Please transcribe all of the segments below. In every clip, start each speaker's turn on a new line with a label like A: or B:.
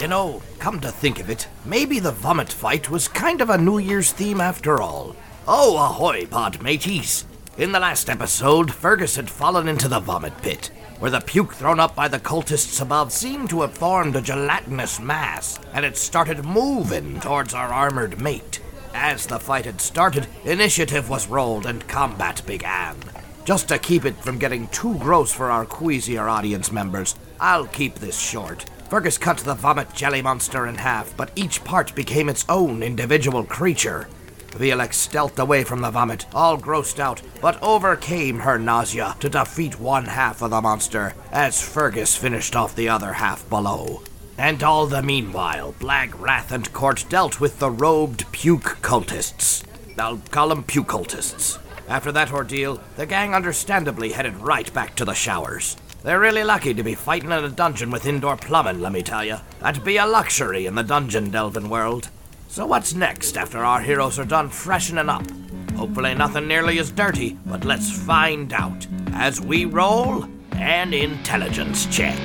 A: You know, come to think of it, maybe the vomit fight was kind of a New Year's theme after all. Oh, ahoy, pod mateys! In the last episode, Fergus had fallen into the vomit pit, where the puke thrown up by the cultists above seemed to have formed a gelatinous mass, and it started moving towards our armored mate. As the fight had started, initiative was rolled and combat began. Just to keep it from getting too gross for our queasier audience members, I'll keep this short. Fergus cut the vomit jelly monster in half, but each part became its own individual creature. Velix stealthed away from the vomit, all grossed out, but overcame her nausea to defeat one half of the monster, as Fergus finished off the other half below. And all the meanwhile, Blag Wrath and Court dealt with the robed puke cultists. I'll call them puke cultists. After that ordeal, the gang understandably headed right back to the showers. They're really lucky to be fighting in a dungeon with indoor plumbing, let me tell you. That'd be a luxury in the dungeon delving world. So what's next after our heroes are done freshening up? Hopefully nothing nearly as dirty, but let's find out as we roll an intelligence check.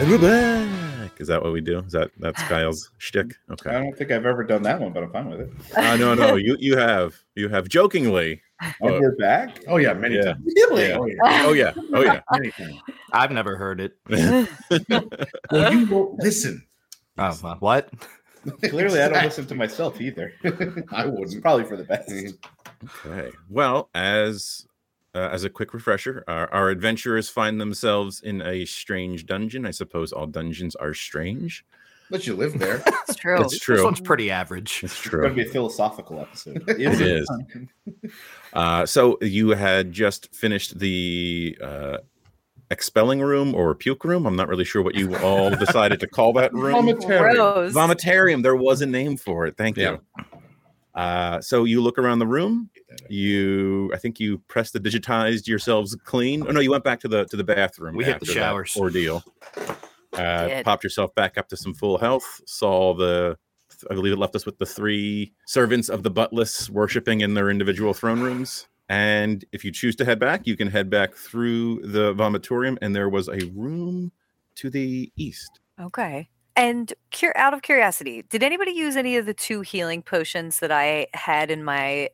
B: And we're back. Is that what we do? Is that that's Kyle's shtick?
C: I
B: Okay.
C: don't think I've ever done that one, but I'm fine with it.
B: Uh, no, no. You you have you have jokingly.
C: Oh,
B: Oh.
C: we're back.
D: Oh yeah, many
B: Yeah.
D: times.
C: Really?
B: Yeah. Oh yeah. Oh yeah.
D: Many times.
E: I've never heard it.
D: Well, you won't listen.
E: Oh, uh, what?
C: Clearly, I don't listen to myself either.
D: I
C: It's
D: wouldn't. Mm-hmm.
C: probably for the best.
B: Okay. Well, as uh, as a quick refresher, our, our adventurers find themselves in a strange dungeon. I suppose all dungeons are strange.
D: But you live there.
F: It's true.
B: That's
E: This
B: true.
E: one's pretty average.
B: It's
C: It's going to
B: true.
C: be a philosophical episode.
B: It is. Uh, so you had just finished the uh, expelling room or puke room. I'm not really sure what you all decided to call that room.
F: Gross.
B: Vomitarium. There was a name for it. Thank
D: Yeah.
B: you. Uh, so you look around the room. You, I think you pressed the digitized yourselves clean. Oh no, you went back to the to the bathroom.
E: We hit the
B: after that
E: showers.
B: ordeal. Uh,
F: did.
B: popped yourself back up to some full health. Saw the, I believe it left us with the three servants of the buttless worshiping in their individual throne rooms. And if you choose to head back, you can head back through the vomitorium. And there was a room to the east.
F: Okay. And cur- out of curiosity, did anybody use any of the two healing potions that I had in my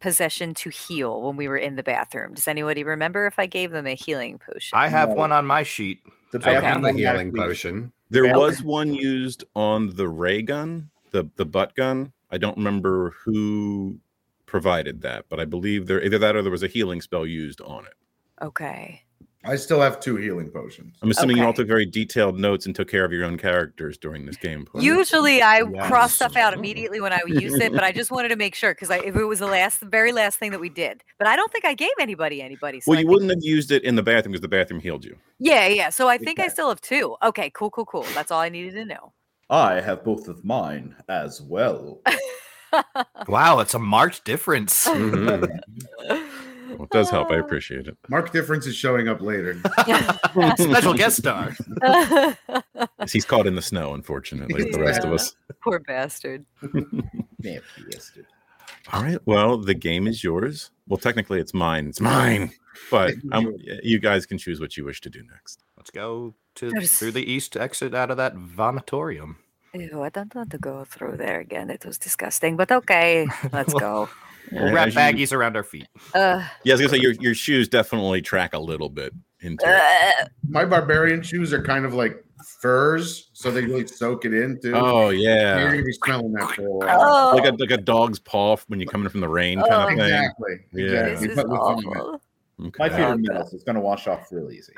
F: possession to heal when we were in the bathroom? Does anybody remember if I gave them a healing potion?
E: I have
C: No.
E: one on my sheet.
C: The
D: I
C: bathroom
D: have the
C: one had
D: healing
C: to be-
D: potion.
B: There
C: Yeah.
B: was one used on the ray gun, the the butt gun. I don't remember who provided that, but I believe there either that or there was a healing spell used on it.
F: okay.
D: I still have two healing potions.
B: I'm assuming you all
F: Okay.
B: took very detailed notes and took care of your own characters during this game. play.
F: Usually I cross
E: Yes.
F: stuff out immediately when I would use it, but I just wanted to make sure because if it was the last, the very last thing that we did, but I don't think I gave anybody anybody. So
B: well,
F: I
B: you
F: think-
B: wouldn't have used it in the bathroom because the bathroom healed you.
F: Yeah, yeah. So I think I
C: Okay.
F: still have two. Okay, cool, cool, cool. That's all I needed to know.
C: I have both of mine as well.
E: Wow, it's a marked difference.
D: Mhm.
B: Well, it does help. I appreciate it.
D: Mark difference is showing up later.
E: Special guest star.
F: appreciate.
B: He's caught in the snow, unfortunately. The rest of
F: Yeah.
B: us.
F: Poor bastard.
C: Nasty bastard.
B: All right. Well, the game is yours. Well, technically, it's mine. It's mine. But um, you guys can choose what you wish to do next.
E: Let's go to
F: There's-
E: through the east exit out of that vomitorium.
F: Ew, I don't want to go through there again. It was disgusting, but okay, let's go.
B: All
E: We'll
B: right,
E: wrap
B: as you-
E: baggies around our feet.
F: Uh,
B: Yeah, I was gonna say your your shoes definitely track a little bit into it.
F: uh,
D: My barbarian shoes are kind of like furs, so they really soak it in too.
B: Oh
D: You're
B: yeah,
D: gonna be smelling that for a while.
F: oh,
B: like a like a dog's paw when you're coming from the rain kind of
F: Oh.
B: thing.
D: Exactly.
B: Yeah.
F: this
D: exactly.
F: is
D: But with vomit.
F: awful.
C: My
B: Okay.
C: feet are metal, so it's going to wash off real easy.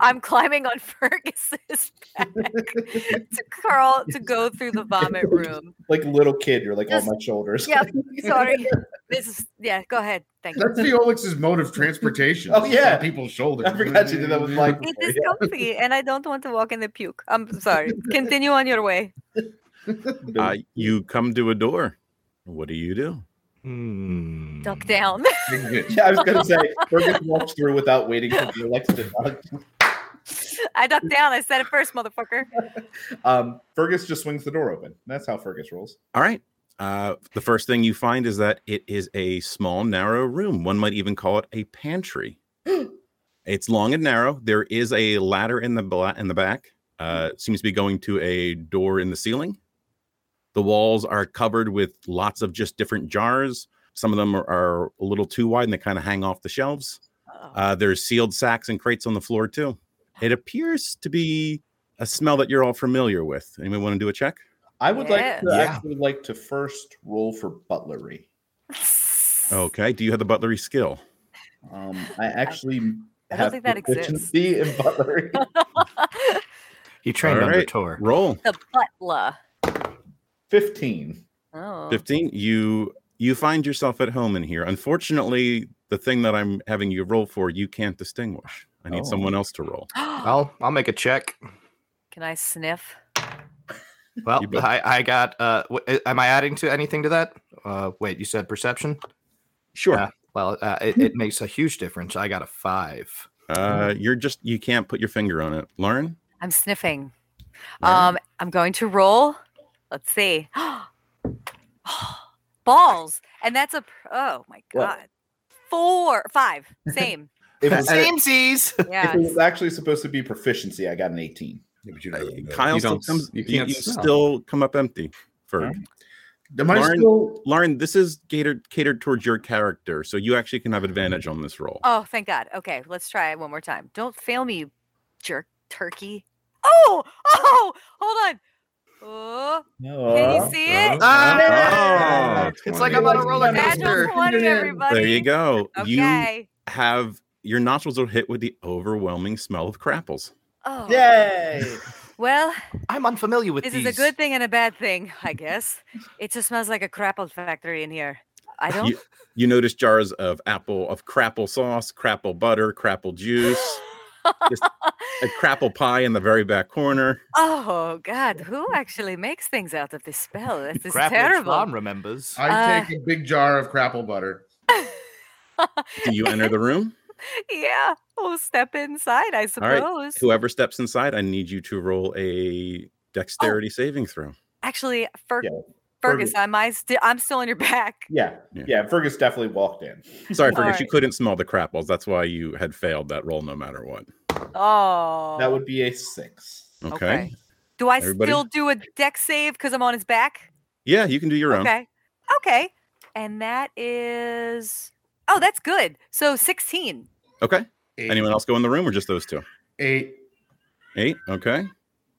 F: I'm climbing on Fergus's back to crawl to go through the vomit room.
C: like a little kid, you're like,
F: Just-
C: oh, my shoulders.
F: Yep, sorry. This is yeah. Go ahead. Thank you.
D: That's Felix's mode of transportation.
C: Oh, yeah.
D: On people's shoulders.
C: I forgot you did that with Mike.
F: It is comfy, and I don't want to walk in the puke. I'm sorry. Continue on your way.
B: Uh, you come to a door. What do you do?
E: Hmm.
F: Duck down.
D: Big bitch.
C: Yeah, I was going to say, we're going to walk through without waiting for the Alexa.
F: I ducked down. I said it first, motherfucker.
C: Um, Fergus just swings the door open. That's how Fergus rolls.
B: All right. Uh, the first thing you find is that it is a small, narrow room. One might even call it a pantry. it's long and narrow. There is a ladder in the bla- in the back. Uh, seems to be going to a door in the ceiling. The walls are covered with lots of just different jars. Some of them are, are a little too wide and they kind of hang off the shelves.
F: Oh.
B: Uh, there's sealed sacks and crates on the floor too. It appears to be a smell that you're all familiar with. Anyone want to do a check?
C: I would
F: Yeah.
C: like to
A: Yeah.
C: actually like to first roll for butlery.
B: Okay. Do you have the butlery skill?
C: Um, I actually
F: I don't
C: have
F: think that exists.
C: proficiency in butlery.
A: He trained
B: All
A: under
B: right.
A: Tor.
B: Roll.
F: the butler.
C: Fifteen.
F: Oh.
B: 15 you you find yourself at home in here unfortunately the thing that i'm having you roll for you can't distinguish i need
C: Oh.
B: someone else to roll
A: Well, I'll make a check.
F: Can I sniff?
A: Well,
B: You bet.
A: I, I got. Uh, w- am I adding to anything to that? Uh, wait, you said perception.
B: sure
A: Yeah. Well, uh, it, it makes a huge difference. I got a five.
B: uh you're just you can't put your finger on it lauren
F: I'm sniffing.
B: Lauren?
F: Um, I'm going to roll. Let's see. Balls, and that's a pr- oh my
C: What?
F: god, four, five, same.
C: If it, was, if
A: Samesies.
F: Yeah,
C: it was actually supposed to be proficiency, I got an eighteen.
G: but you don't really know.
B: kyle
G: You
B: still
G: don't-
B: comes you,
G: you can't
B: you
G: smell.
B: still come up empty for
D: Am I
B: Lauren-
D: still?
B: lauren this is catered catered towards your character so you actually can have advantage on this roll
F: Oh, thank God. Okay, let's try it one more time. Don't fail me, you jerk turkey. Oh, oh, hold on. Oh, can
C: Uh, Uh-huh.
F: you see it?
A: Uh-huh.
B: Ah,
A: it's
B: 20.
A: like I'm on a
C: Like
A: roller
C: magic.
A: coaster.
F: Magic 20,
D: Put it in.
F: everybody.
B: there you go you
F: Okay.
B: have your nostrils are hit with the overwhelming smell of crapples
F: Oh.
C: Yay!
F: Well,
A: I'm unfamiliar with
F: this
A: these.
F: is a good thing and a bad thing, I guess. It just smells like a crapple factory in here. I don't.
B: You, you notice jars of apple of crapple sauce, crapple butter, crapple juice, just a crapple pie in the very back corner.
F: oh God, who actually makes things out of this spell? This is
A: Crap, which Mom
F: terrible.
A: remembers.
D: I
F: Uh,
D: take a big jar of crapple butter.
B: Do you enter the room?
F: yeah, we'll step inside, I
B: right.
F: suppose.
B: Whoever steps inside, I need you to roll a dexterity saving throw.
F: Actually, Fer-
C: Yeah,
F: Fergus,
C: Fergus.
F: am I sti- I'm still in your back.
C: Yeah,
B: Yeah.
C: yeah, Fergus definitely walked in.
B: Sorry, Fergus, you
F: right.
B: couldn't smell the crapples. That's why you had failed that roll no matter what.
F: Oh,
C: That would be a six.
B: Okay.
F: Do I
B: Everybody?
F: still do a deck save because I'm on his back?
B: Yeah, you can do your own.
F: Okay, okay, and that is oh, that's good. So 16.
B: Okay.
D: Eight,
B: Anyone else go in the room or just those two?
D: Eight.
B: Eight. Okay.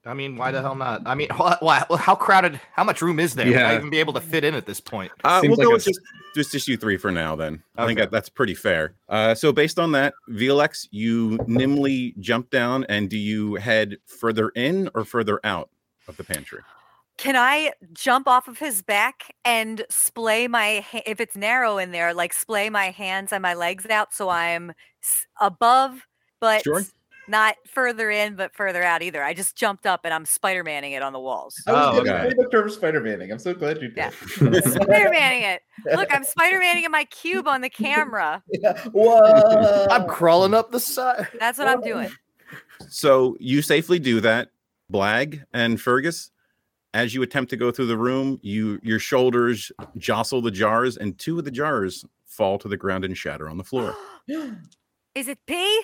A: I mean, why the hell not? I mean, wha- wha- how crowded? How much room is there? Would I
G: Yeah.
A: even be able to fit in at this point?
B: Uh,
G: Seems
B: we'll go
G: like a
B: with just, just just you three for now. Then I think
A: Okay.
B: that, that's pretty fair. Uh, so based on that, VLX, you nimbly jump down, and do you head further in or further out of the pantry?
F: Can I jump off of his back and splay my ha- if it's narrow in there, like splay my hands and my legs out so I'm s- above, but
B: Sure.
F: not further in, but further out either. I just jumped up and I'm Spider Manning it on the walls.
C: I was
A: Oh,
C: gonna
B: okay.
C: say the term Spider Manning. I'm so glad you did.
F: Yeah. Spider Manning it. Look, I'm Spider Manning in my cube on the camera.
C: Yeah. Whoa!
A: I'm crawling up the side.
F: That's what I'm doing.
B: So you safely do that, Blag and Fergus. As you attempt to go through the room, you your shoulders jostle the jars, and two of the jars fall to the ground and shatter on the floor.
F: Is it pee?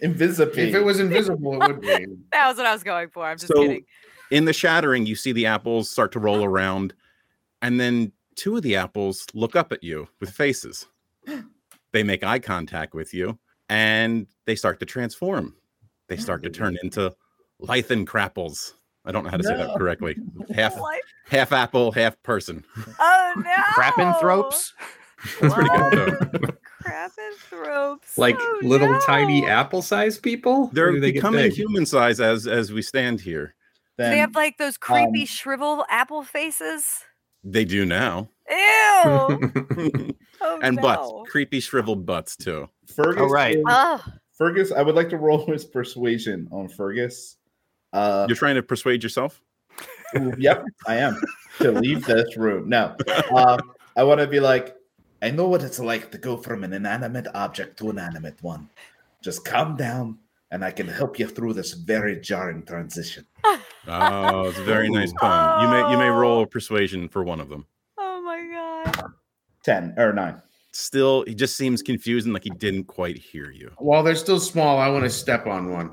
C: Invisible.
D: If it was invisible, it would be.
F: That was what I was going for. I'm just
B: So-
F: kidding.
B: in the shattering, you see the apples start to roll around, and then two of the apples look up at you with faces. They make eye contact with you, and they start to transform. They start to turn into Lythan crapples. I don't know how to say that
C: No.
B: correctly. Half
F: What?
B: half apple, half person.
F: Oh no!
A: Crappinthropes?
F: That's
B: pretty good, though.
F: Crappinthropes.
G: Like
F: oh,
G: little tiny
F: no.
G: apple-sized people. Or
B: They're
G: do they get
B: becoming
G: big?
B: human size as as we stand here.
F: Do
C: then
F: they have like those creepy
C: um,
F: shrivel apple faces.
B: They do now,
F: Ew. oh,
B: and butts,
F: no.
B: creepy shriveled butts too.
C: Fergus.
A: Oh, right.
C: is-
F: Oh,
C: Fergus, I would like to roll his persuasion on Fergus. Uh,
B: You're trying to persuade yourself.
C: ooh, yep, I am to leave this room. No, um, I want to be like, I know what it's like to go from an inanimate object to an animate one. Just calm down and I can help you through this very jarring transition.
B: Oh, it's a very nice poem. You may you may roll persuasion for one of them.
F: Oh my god.
C: 10 or 9.
B: Still, he just seems confused and like he didn't quite hear you.
D: While they're still small, I want to step on one.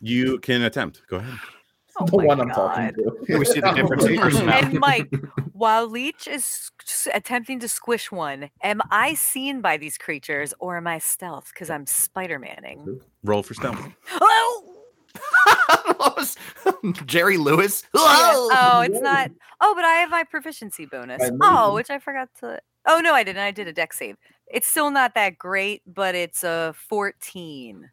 B: You can attempt. Go ahead.
F: Oh
C: the
F: my
C: one I'm
F: God.
C: talking to.
A: Here we see the difference in personality.
F: And Mike, while Leech is s- s- attempting to squish one, am I seen by these creatures or am I stealth? Because I'm Spider Manning.
B: Roll for stealth.
F: Oh!
A: Jerry Lewis.
F: Oh,
A: Oh,
F: it's not. Oh, but I have my proficiency bonus.
C: I know
F: Oh,
C: you-
F: which I forgot to. Oh no, I didn't. I did a deck save. It's still not that great, but it's a 14.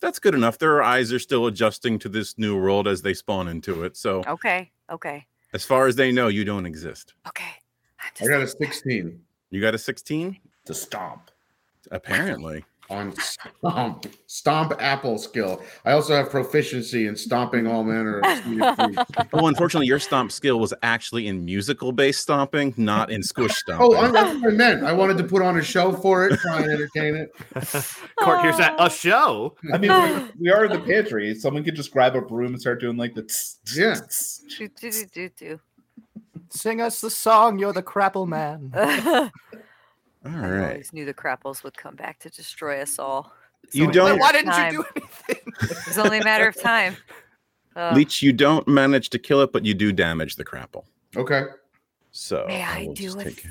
B: That's good enough. Their eyes are still adjusting to this new world as they spawn into it. So,
F: Okay, okay,
B: as far as they know, you don't exist.
F: okay. I'm
D: I
F: just
D: got
F: like,
D: a 16
B: You got a 16?
C: To stomp.
B: Apparently.
D: on stomp, stomp apple skill. I also have proficiency in stomping all manner of scenic trees.
B: Well, Oh, unfortunately, your stomp skill was actually in musical based stomping, not in squish stomping.
D: Oh, I'm, that's what I meant. I wanted to put on a show for it, try and entertain it.
A: Court, here's that a show.
C: I mean, we, we are in the pantry. Someone could just grab a broom and start doing like the. tss, tss,
D: Yeah.
C: tss.
F: do, do, do, do, do.
A: Sing us the song. You're the crapple man.
B: All
F: I
B: right.
F: always knew the crapples would come back to destroy us all. It's
B: You
F: only a
A: Wait,
B: don't-
F: matter
A: why
F: of
A: didn't
F: time.
A: you do anything?
F: It's only a matter of time. Oh, Ugh,
B: Leech, you don't manage to kill it, but you do damage the crapple.
D: Okay.
B: So,
F: may I
B: will
F: do
B: Oh, just
F: it?
B: take-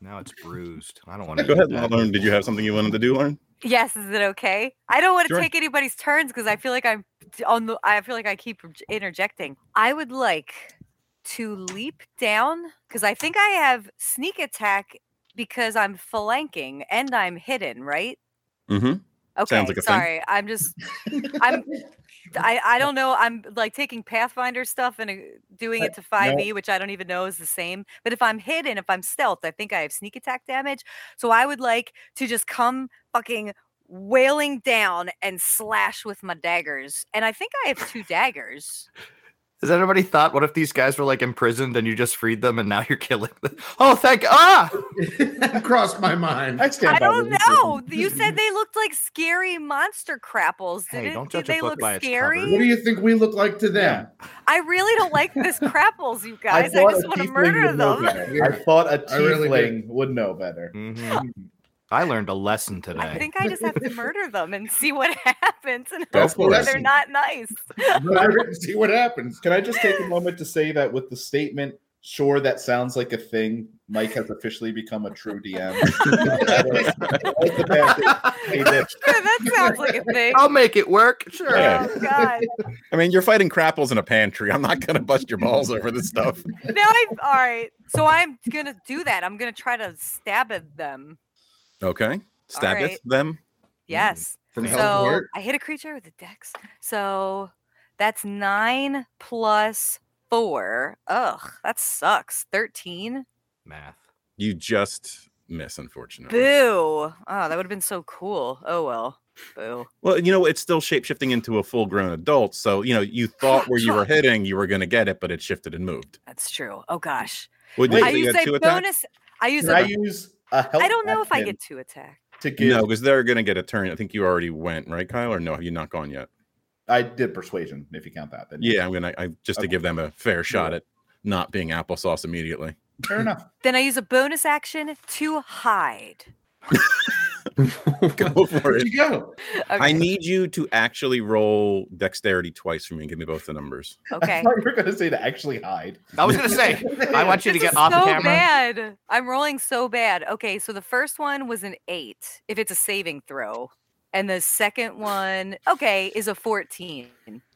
A: Now it's bruised. I don't want to.
B: Go ahead, Lauren. Did you have something you wanted to do, Lauren?
F: Yes, is it okay? I don't want to
B: Sure.
F: take anybody's turns because I feel like I'm t- on the. I feel like I keep rj- interjecting. I would like to leap down because I think I have sneak attack because I'm flanking and I'm hidden, right?
B: Mm-hmm.
F: Okay,
B: like a thing.
F: sorry. I'm just. I'm. I, I don't know. I'm like taking Pathfinder stuff and uh, doing it to 5e, which I don't even know is the same. But if I'm hidden, if I'm stealth, I think I have sneak attack damage. So I would like to just come fucking wailing down and slash with my daggers. And I think I have two daggers.
A: Has anybody thought, what if these guys were like imprisoned and you just freed them and now you're killing them? Oh, thank ah!
D: Crossed my mind.
C: I stand
F: I
C: by
F: don't
C: what
F: know. You said they looked like scary monster crapples. Did,
A: Hey,
F: it,
A: don't
F: did
A: judge a
F: they
A: book
F: look
A: by its cover.
F: scary?
D: What do you think we look like to them?
F: I really don't like this crapples, you
C: I
F: guys. I,
C: thought
F: just
C: a
F: want to
C: tiefling
F: murder
C: would know
F: them.
C: better. I thought a
D: I really
C: tiefling
D: did.
C: would know better.
A: Mhm. I learned a lesson today.
F: I think I just have to murder them and see what happens and
B: Go
F: hope
B: for
F: that
B: it.
F: they're not nice.
D: But I didn't see what happens.
C: Can I just take a moment to say that with the statement, sure, that sounds like a thing, Mike has officially become a true DM. That was- that was the bad thing he did.
F: Yeah, that sounds like a thing.
A: I'll make it work. Sure.
B: Yeah.
F: Oh god.
B: I mean, you're fighting crapples in a pantry. I'm not going to bust your balls over this stuff.
F: Now I all right. So I'm gonna do that. I'm gonna try to stab at
B: Mm.
F: them.
B: Okay. Stab
F: right.
B: it, them.
F: Yes.
D: From Hell's
F: So
D: Heart?
F: I hit a creature with a dex. So that's nine plus four. Ugh, that sucks. Thirteen.
A: Math.
B: You just miss, unfortunately.
F: Boo. Oh, that would have been so cool. Oh well. Boo.
B: Well, you know, it's still shape shifting into a full grown adult. So, you know, you thought where you were hitting, you were going to get it, but it shifted and moved.
F: That's true. Oh gosh.
B: What did
C: Wait,
F: I
B: you,
F: use
B: get
F: a
B: two attacks?
F: bonus. I use
C: Can
F: a
C: I use a help
F: I don't know if I
C: action
F: get two attack.
C: to give.
B: No, because they're going to get a turn. I think you already went, right, Kyle? Or no, have you not gone yet?
C: I did persuasion, if you count that. Then
B: Yeah, I'm going to, I just to
C: Okay.
B: give them a fair shot at not being applesauce immediately.
C: fair enough.
F: Then I use a bonus action to hide.
B: Go for
D: Where'd
B: it.
D: you go?
B: I
F: Okay.
B: need you to actually roll dexterity twice for me and give me both the numbers.
C: I
F: okay.
C: thought you were going to say to actually hide.
A: I was gonna say, I want you to
F: This
A: get
F: is
A: off
F: so
A: camera.
F: bad. I'm rolling so bad. Okay, so the first one was an eight, if it's a saving throw, and the second one, okay, is a fourteen.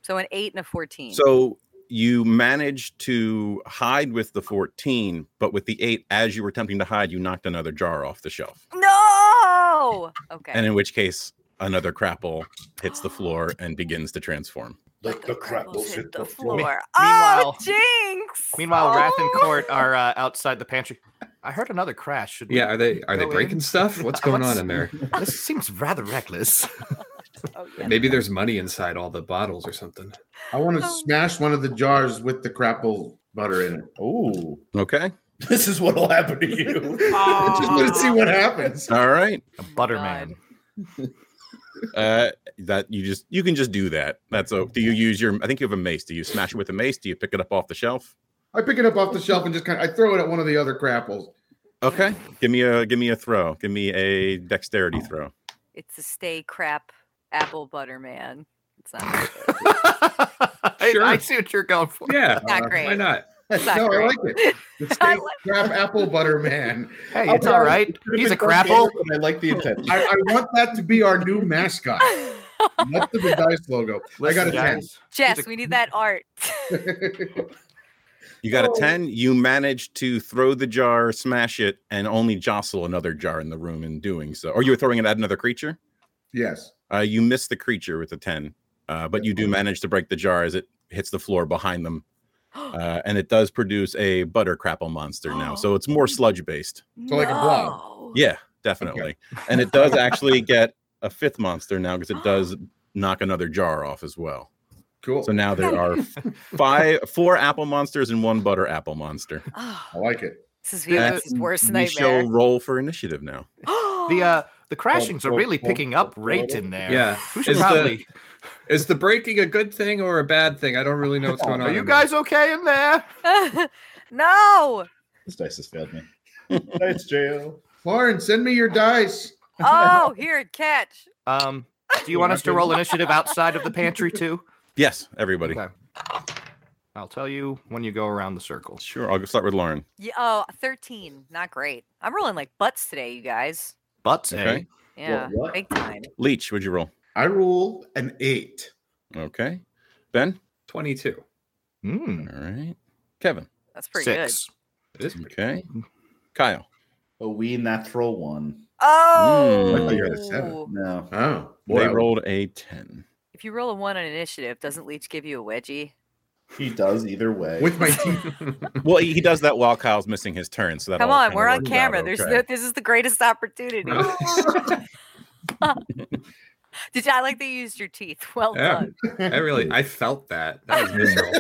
F: So an eight and a fourteen.
B: So you managed to hide with the 14, but with the 8, as you were attempting to hide, you knocked another jar off the shelf.
F: no. Okay.
B: And in which case, another crapple hits the floor and begins to transform.
F: Let the crackles hit the floor.
A: meanwhile-
F: oh, jinx.
A: Meanwhile, Wrath and
F: Oh.
A: Court are uh, outside the pantry. I heard another crash. Should we-
G: Yeah, are they are they
A: Go in.
G: breaking stuff? What's going on in there?
A: This seems rather reckless.
F: Oh, yeah.
G: Maybe there's money inside all the bottles or something.
D: I want to
F: Oh.
D: smash one of the jars with the crapple butter in it.
C: Oh,
B: Okay.
C: this is what'll happen to you.
D: I just want to see what happens.
B: All right.
A: A butterman.
B: Uh, that you just you can just do that. That's a. Do you use your? I think you have a mace. Do you smash it with a mace? Do you pick it up off the shelf?
D: I pick it up off the shelf and just kind of I throw it at one of the other grapples.
B: Okay. Give me a give me a throw. Give me a dexterity throw.
F: It's a stay crap apple butter man. It's not,
A: I,
G: Sure.
A: I see what you're going for.
G: Yeah.
F: not
D: Uh,
F: great.
G: Why not?
F: It's not
D: no, I
F: great.
D: like it. The
F: I
D: steak crap apple butter man.
A: Hey,
F: Oh
C: I'll
A: it's
C: be
A: all
C: honest,
A: right.
C: it could've
A: He's a
C: been fun
A: crapple.
C: games, and I like the attempt.
D: I, I want that to be our new mascot. Not the big dice logo. I
A: Listen,
D: got a
A: guys,
F: Jess, we need that art.
D: 10.
B: You got a ten. You managed to throw the jar, smash it, and only jostle another jar in the room in doing so. Or you were throwing it at another creature.
D: yes.
B: Uh, you miss the creature with the ten, uh, but you do manage to break the jar as it hits the floor behind them, uh, and it does produce a butter crapple monster now. So it's more sludge based.
D: So like a blob.
F: No.
B: Yeah, definitely. And it does actually get a fifth monster now because it does knock another jar off as well.
D: Cool.
B: So now there are five, four apple monsters and one butter apple monster.
F: Oh,
D: I like it.
F: this is
A: Yeah,
F: Violet's worst
B: We shall
F: nightmare.
B: roll for initiative now.
A: the uh, the crashings are
G: Oh,
C: Boom,
A: really
C: boom,
A: picking up
C: boom,
A: rate
C: boom.
A: in there.
G: Yeah.
A: We should
G: Is the-
A: probably.
G: Is the breaking a good thing or a bad thing? I don't really know what's going on.
A: Oh, Are you
G: in
A: guys okay in there?
F: no.
C: This dice has failed me. Dice jail.
D: Lauren, send me your dice.
F: Oh, here, catch.
A: Um, do you want us to roll initiative outside of the pantry too?
B: Yes, everybody.
A: Okay. I'll tell you when you go around the circle.
B: Sure. I'll start with Lauren.
F: Yeah, oh, 13. Not great. I'm rolling like butts today, you guys.
A: Butts, eh?
B: Okay.
F: Yeah.
C: what?
F: Big time.
B: Leech, would you roll?
D: I roll an eight.
B: Okay. Ben?
G: there? 22.
A: Mm,
B: All right. Kevin.
F: That's pretty good.
A: six.
G: It is pretty
B: Okay. Kyle.
C: A wee natural one.
F: Oh.
B: Mm. I thought
D: you were at seven.
C: No.
D: Oh.
B: they
D: I-
B: rolled a 10.
F: If you roll a one on initiative, doesn't Leech give you a wedgie?
C: He does either way.
D: With my teeth.
B: Well, he he does that while Kyle's missing his turn. So that
F: Come
B: all
F: on,
B: kinda
F: we're on
B: works out
F: camera. There's
B: okay.
F: no, this is the greatest opportunity. Did you, I like that you used your teeth? Well
G: Yeah.
F: done.
G: I really, I felt that. That was visceral.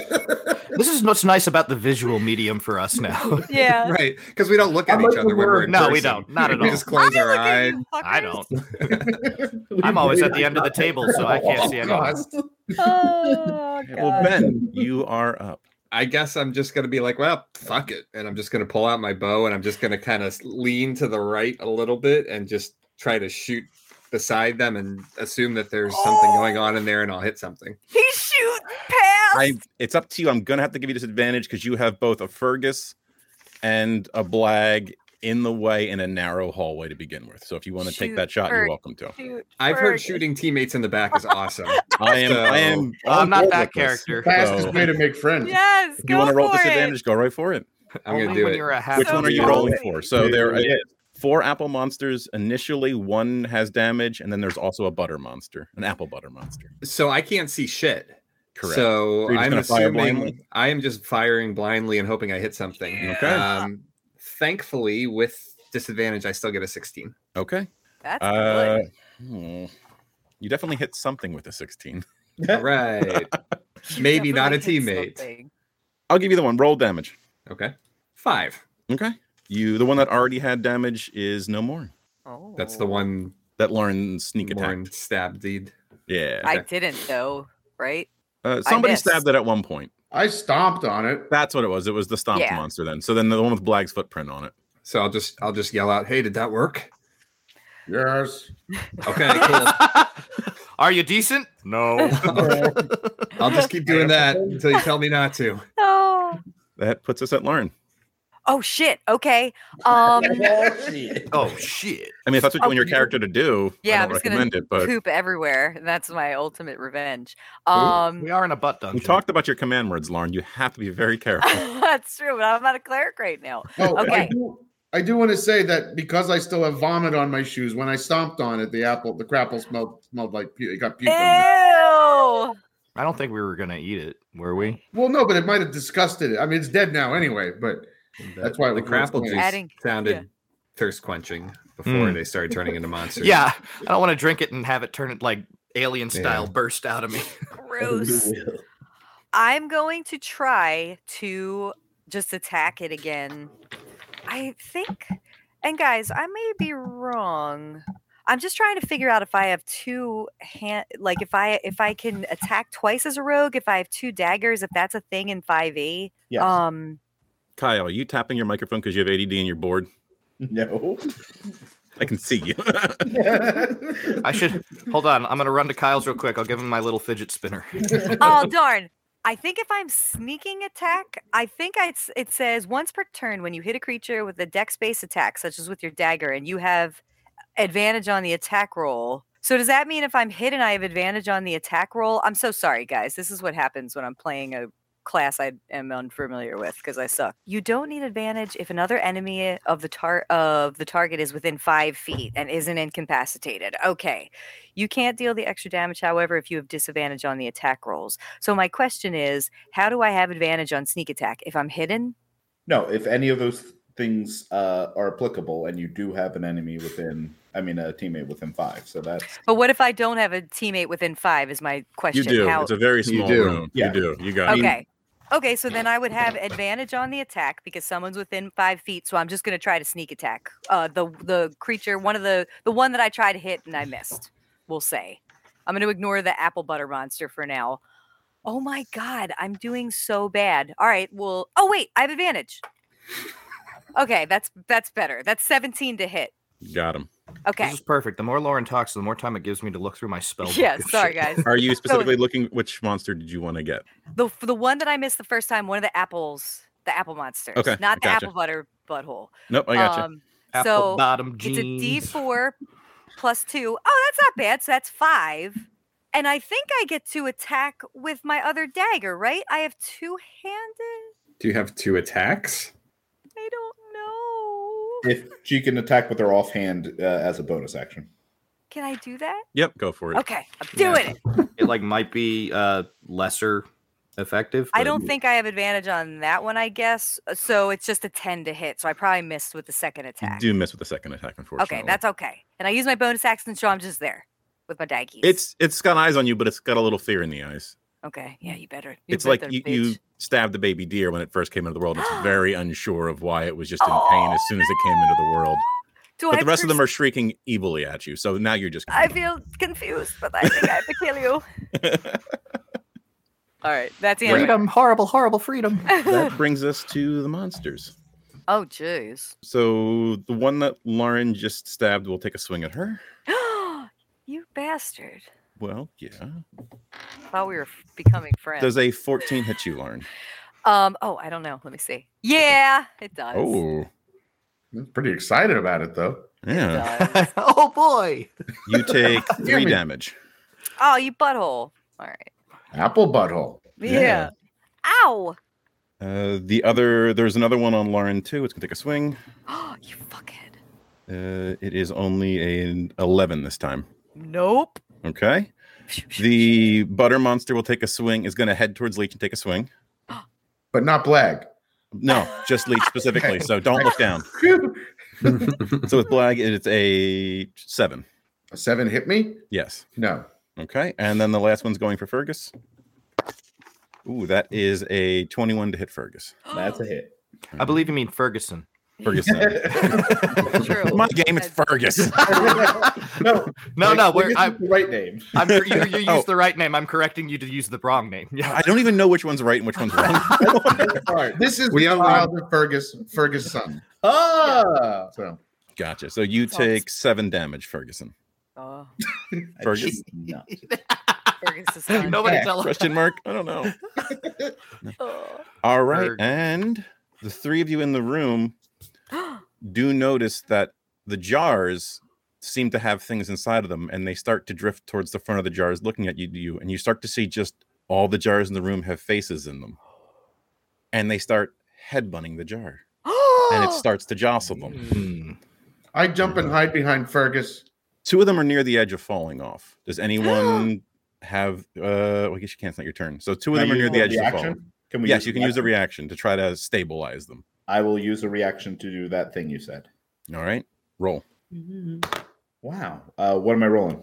A: This is what's nice about the visual medium for us now.
F: Yeah.
G: right. Because we don't look at
D: I like
G: each
D: the
G: other when we're
D: word.
G: in
A: No, we
G: person.
A: don't. Not at
G: We
A: all.
G: just close
F: I
G: our
F: look at
G: eye.
F: you
A: I
F: fuckers.
A: don't. I'm always at the end of the table, so I can't see anyone.
F: Oh,
B: Okay, Well,
F: God.
B: Ben, you are up.
G: I guess I'm just gonna be like, well, fuck it, and I'm just gonna pull out my bow and I'm just gonna kind of lean to the right a little bit and just try to shoot beside them and assume that there's something going on in there and I'll hit something.
F: He shoot past.
B: I it's up to you. I'm gonna have to give you disadvantage because you have both a Fergus and a Blag in the way in a narrow hallway to begin with. So if you want to take
F: Shoot,
B: that shot, you're
F: Ferg.
B: welcome to.
F: Shoot
G: I've heard
F: first.
G: shooting teammates in the back is awesome.
B: I am. I am.
A: Well, Uh, I'm
B: on
A: not
B: board
A: that
B: with this.
A: character.
D: Fastest
B: So-
D: way to make friends.
B: If
F: Yes.
B: you
F: go
B: want to roll
F: for
B: disadvantage? Go right for it.
G: I'm gonna
A: Only
G: do
A: when
G: it.
A: you're a half
B: Which
F: So
B: one are you
F: cute.
B: rolling for? So there
C: Yeah.
B: are four apple monsters initially. One has damage, and then there's also a butter monster, an apple butter monster.
G: So I can't see shit.
B: Correct.
G: So
B: So you're just
G: I'm
B: gonna fire
G: assuming
B: blindly?
G: I am just firing blindly and hoping I hit something.
B: Okay.
G: Um, thankfully, with disadvantage, I still get a 16.
B: okay.
F: That's
B: Uh,
F: good.
B: hmm. You definitely hit something with a 16.
G: All right.
F: You
G: maybe not a
F: definitely hit
G: teammate.
F: something.
B: I'll give you the one. Roll damage.
G: Okay. Five.
B: Okay. You the one that already had damage is no more.
F: Oh.
G: That's the one
B: That Lauren sneak
G: Lauren
B: attack.
G: stab deed.
B: Yeah.
F: I
G: Okay.
F: didn't though, right?
B: Uh, somebody
F: missed.
B: stabbed it at one point.
D: I stomped on it.
B: That's what it was. It was the stomped
F: Yeah.
B: monster then. So then the one with Blag's footprint on it.
G: So I'll just I'll just yell out, "Hey, did that work?"
D: Yes.
G: Okay, cool.
A: Are you decent? No.
G: I'll just keep doing that until you tell me not to.
F: Oh.
B: That puts us at Lauren.
F: Oh shit. Okay. Um
A: oh shit.
B: I mean, if that's what you
F: Oh,
B: want your
F: you-
B: character to do,
F: Yeah,
B: I
F: I'm
B: don't
F: just gonna
B: recommend it. But
F: poop everywhere. and That's my ultimate revenge. Um
A: We are in a butt dungeon.
B: we talked about your command words, Lauren. You have to be very careful.
F: that's true, but I'm not a cleric right now.
D: Oh, I
F: Okay.
D: do, I do want to say that because I still have vomit on my shoes, when I stomped on it, the apple, the crapple smelled smelled like pu- it got puke.
F: Ew.
D: on it.
A: I don't think we were gonna eat it, were we?
D: Well, no, but it might have disgusted it. I mean, it's dead now anyway. But That's why
G: the
D: we-
G: crapple juice
F: Adding-
G: sounded
F: yeah.
G: thirst quenching before
A: Mm.
G: they started turning into monsters.
A: Yeah. I don't want to drink it and have it turn it like alien style burst out of me.
F: Gross. I'm going to try to just attack it again. I think, and guys, I may be wrong. I'm just trying to figure out if I have two hand, like if I if I can attack twice as a rogue, if I have two daggers, if that's a thing in 5e.
C: Yes.
F: Um,
B: Kyle, are you tapping your microphone because you have ADD and you're bored?
C: no.
B: I can see you.
A: I should hold on. I'm gonna run to Kyle's real quick. I'll give him my little fidget spinner.
F: oh darn. I think if I'm sneaking attack, I think it's it says once per turn when you hit a creature with a dex based attack, such as with your dagger, and you have advantage on the attack roll. So does that mean if I'm hit and I have advantage on the attack roll? I'm so sorry, guys. This is what happens when I'm playing a class I am unfamiliar with because I suck. You don't need advantage if another enemy of the tar of the target is within five feet and isn't incapacitated. Okay. You can't deal the extra damage, however, if you have disadvantage on the attack rolls. So my question is, how do I have advantage on sneak attack if I'm hidden?
C: no, if any of those things uh, are applicable and you do have an enemy within, I mean, a teammate within five. So that's,
F: But what if I don't have a teammate within five? Is my
B: you
F: question.
B: do.
F: How-
B: It's a very
D: You
B: small
D: do.
B: room.
C: Yeah.
B: You do. You got it.
F: okay. Okay, so then I would have advantage on the attack because someone's within five feet. So I'm just going to try to sneak attack uh, the the creature, one of the the one that I tried to hit and I missed. We'll say I'm going to ignore the apple butter monster for now. Oh my god, I'm doing so bad. All right, well, oh wait, I have advantage. Okay, that's that's better. That's 17 to hit.
B: Got him.
F: Okay,
A: This is perfect. The more Lauren talks, the more time it gives me to look through my spell. book
F: yeah,
A: and
F: sorry
A: shit.
F: guys.
B: Are you specifically looking which monster did you want to get?
F: The the one that I missed the first time, one of the apples, the apple monsters,
B: Okay,
F: not the
B: gotcha.
F: apple butter butthole.
B: Nope, I got
F: Um,
A: Apple
F: so
A: bottom
F: it's
A: jeans.
F: a D four plus two. Oh, that's not bad. So that's five. And I think I get to attack with my other dagger, right? I have two handed.
G: Do you have two attacks?
F: I don't know.
C: if she can attack with her offhand uh, as a bonus action.
F: Can I do that?
B: you. Yep, go for it.
F: Okay, I'm
A: Yeah.
F: doing it.
A: It like might be uh lesser effective.
F: I
A: but-
F: don't think I have advantage on that one. I guess Uh, so. It's just a ten to hit, so I probably missed with the second
B: You
F: attack.
B: do miss with the second attack, unfortunately.
F: Okay, that's okay. And I use my bonus action, so I'm just there with my daggies.
B: it's it's got eyes on you, but it's got a little fear in the eyes.
F: okay. Yeah, you better. You
B: it's like
F: better,
B: you, you
F: bitch.
B: stabbed a baby deer when it first came into the world. And it's very unsure of why it was just in pain as soon as it came into the world.
F: Do
B: But
F: I
B: the rest of them
F: pers-
B: are shrieking evilly at you. So now you're just.
F: I feel confused, but I think I have to kill you. All right, that's the end. of
A: freedom, horrible, horrible freedom.
F: it.
B: that brings us to the monsters.
F: oh, jeez.
B: So the one that Lauren just stabbed will take a swing at her.
F: you bastard!
B: Well, yeah.
F: Thought we were f- becoming friends.
B: Does a 14 hit you, Lauren?
F: um. Oh, I don't know. Let me see. Yeah, it does.
B: Oh,
D: I'm pretty excited about it though.
F: It
B: yeah.
F: does.
A: oh boy.
B: You take three
D: me.
B: damage.
F: oh, you butthole. All right.
D: Apple butthole.
F: Yeah. Ow!
B: Uh, the other, there's another one on Lauren too. It's gonna take a swing.
F: Oh, you fuckhead.
B: Uh, it is only an 11 this time.
F: Nope.
B: Okay. The butter monster will take a swing, is going to head towards Leech and take a swing.
D: But not Blag.
B: No, just Leech specifically. So don't look down. So with Blag, it's a seven.
D: A seven hit me?
B: Yes.
D: No.
B: Okay. And then the last one's going for Fergus. Ooh, that is a 21 to hit Fergus.
C: That's a hit.
A: I believe you mean Ferguson.
B: Ferguson.
F: True.
B: My game, it's
F: That's-
B: Fergus.
A: No,
C: No,
D: Like,
A: no,
D: like,
A: we're,
D: this is
A: I'm,
D: the right name.
A: I'm you, you used
B: Oh.
A: the right name. I'm correcting you to use the wrong name. Yeah.
B: I don't even know which one's right and which one's wrong.
D: All right. This is
G: We
D: the
G: unlocked-
D: child of Fergus Fergus' son.
C: Ah,
D: So
B: Gotcha. So you
F: Sounds-
B: take seven damage, Ferguson.
F: Oh,
B: Fergus?
C: No.
F: Fergus is done.
A: Nobody
D: Yeah.
A: tell us.
B: Question mark? I don't know.
F: Oh.
B: All right.
A: Ferg.
B: And the three of you in the room do notice that the jars seem to have things inside of them and they start to drift towards the front of the jars looking at you, you and you start to see just all the jars in the room have faces in them and they start headbutting the jar and it starts to jostle them
A: Hmm.
D: I jump and hide behind Fergus.
B: two of them are near the edge of falling off does anyone have uh well, i guess you can't it's not your turn so two of
C: Can I
B: them are near
C: use
B: the
C: a
B: edge of
C: reaction?
B: falling
C: Can
B: yes you can use a
C: reaction?
B: reaction to try to stabilize them
C: I will use a reaction to do that thing you said.
B: all right roll
C: Wow. Uh, what am I rolling?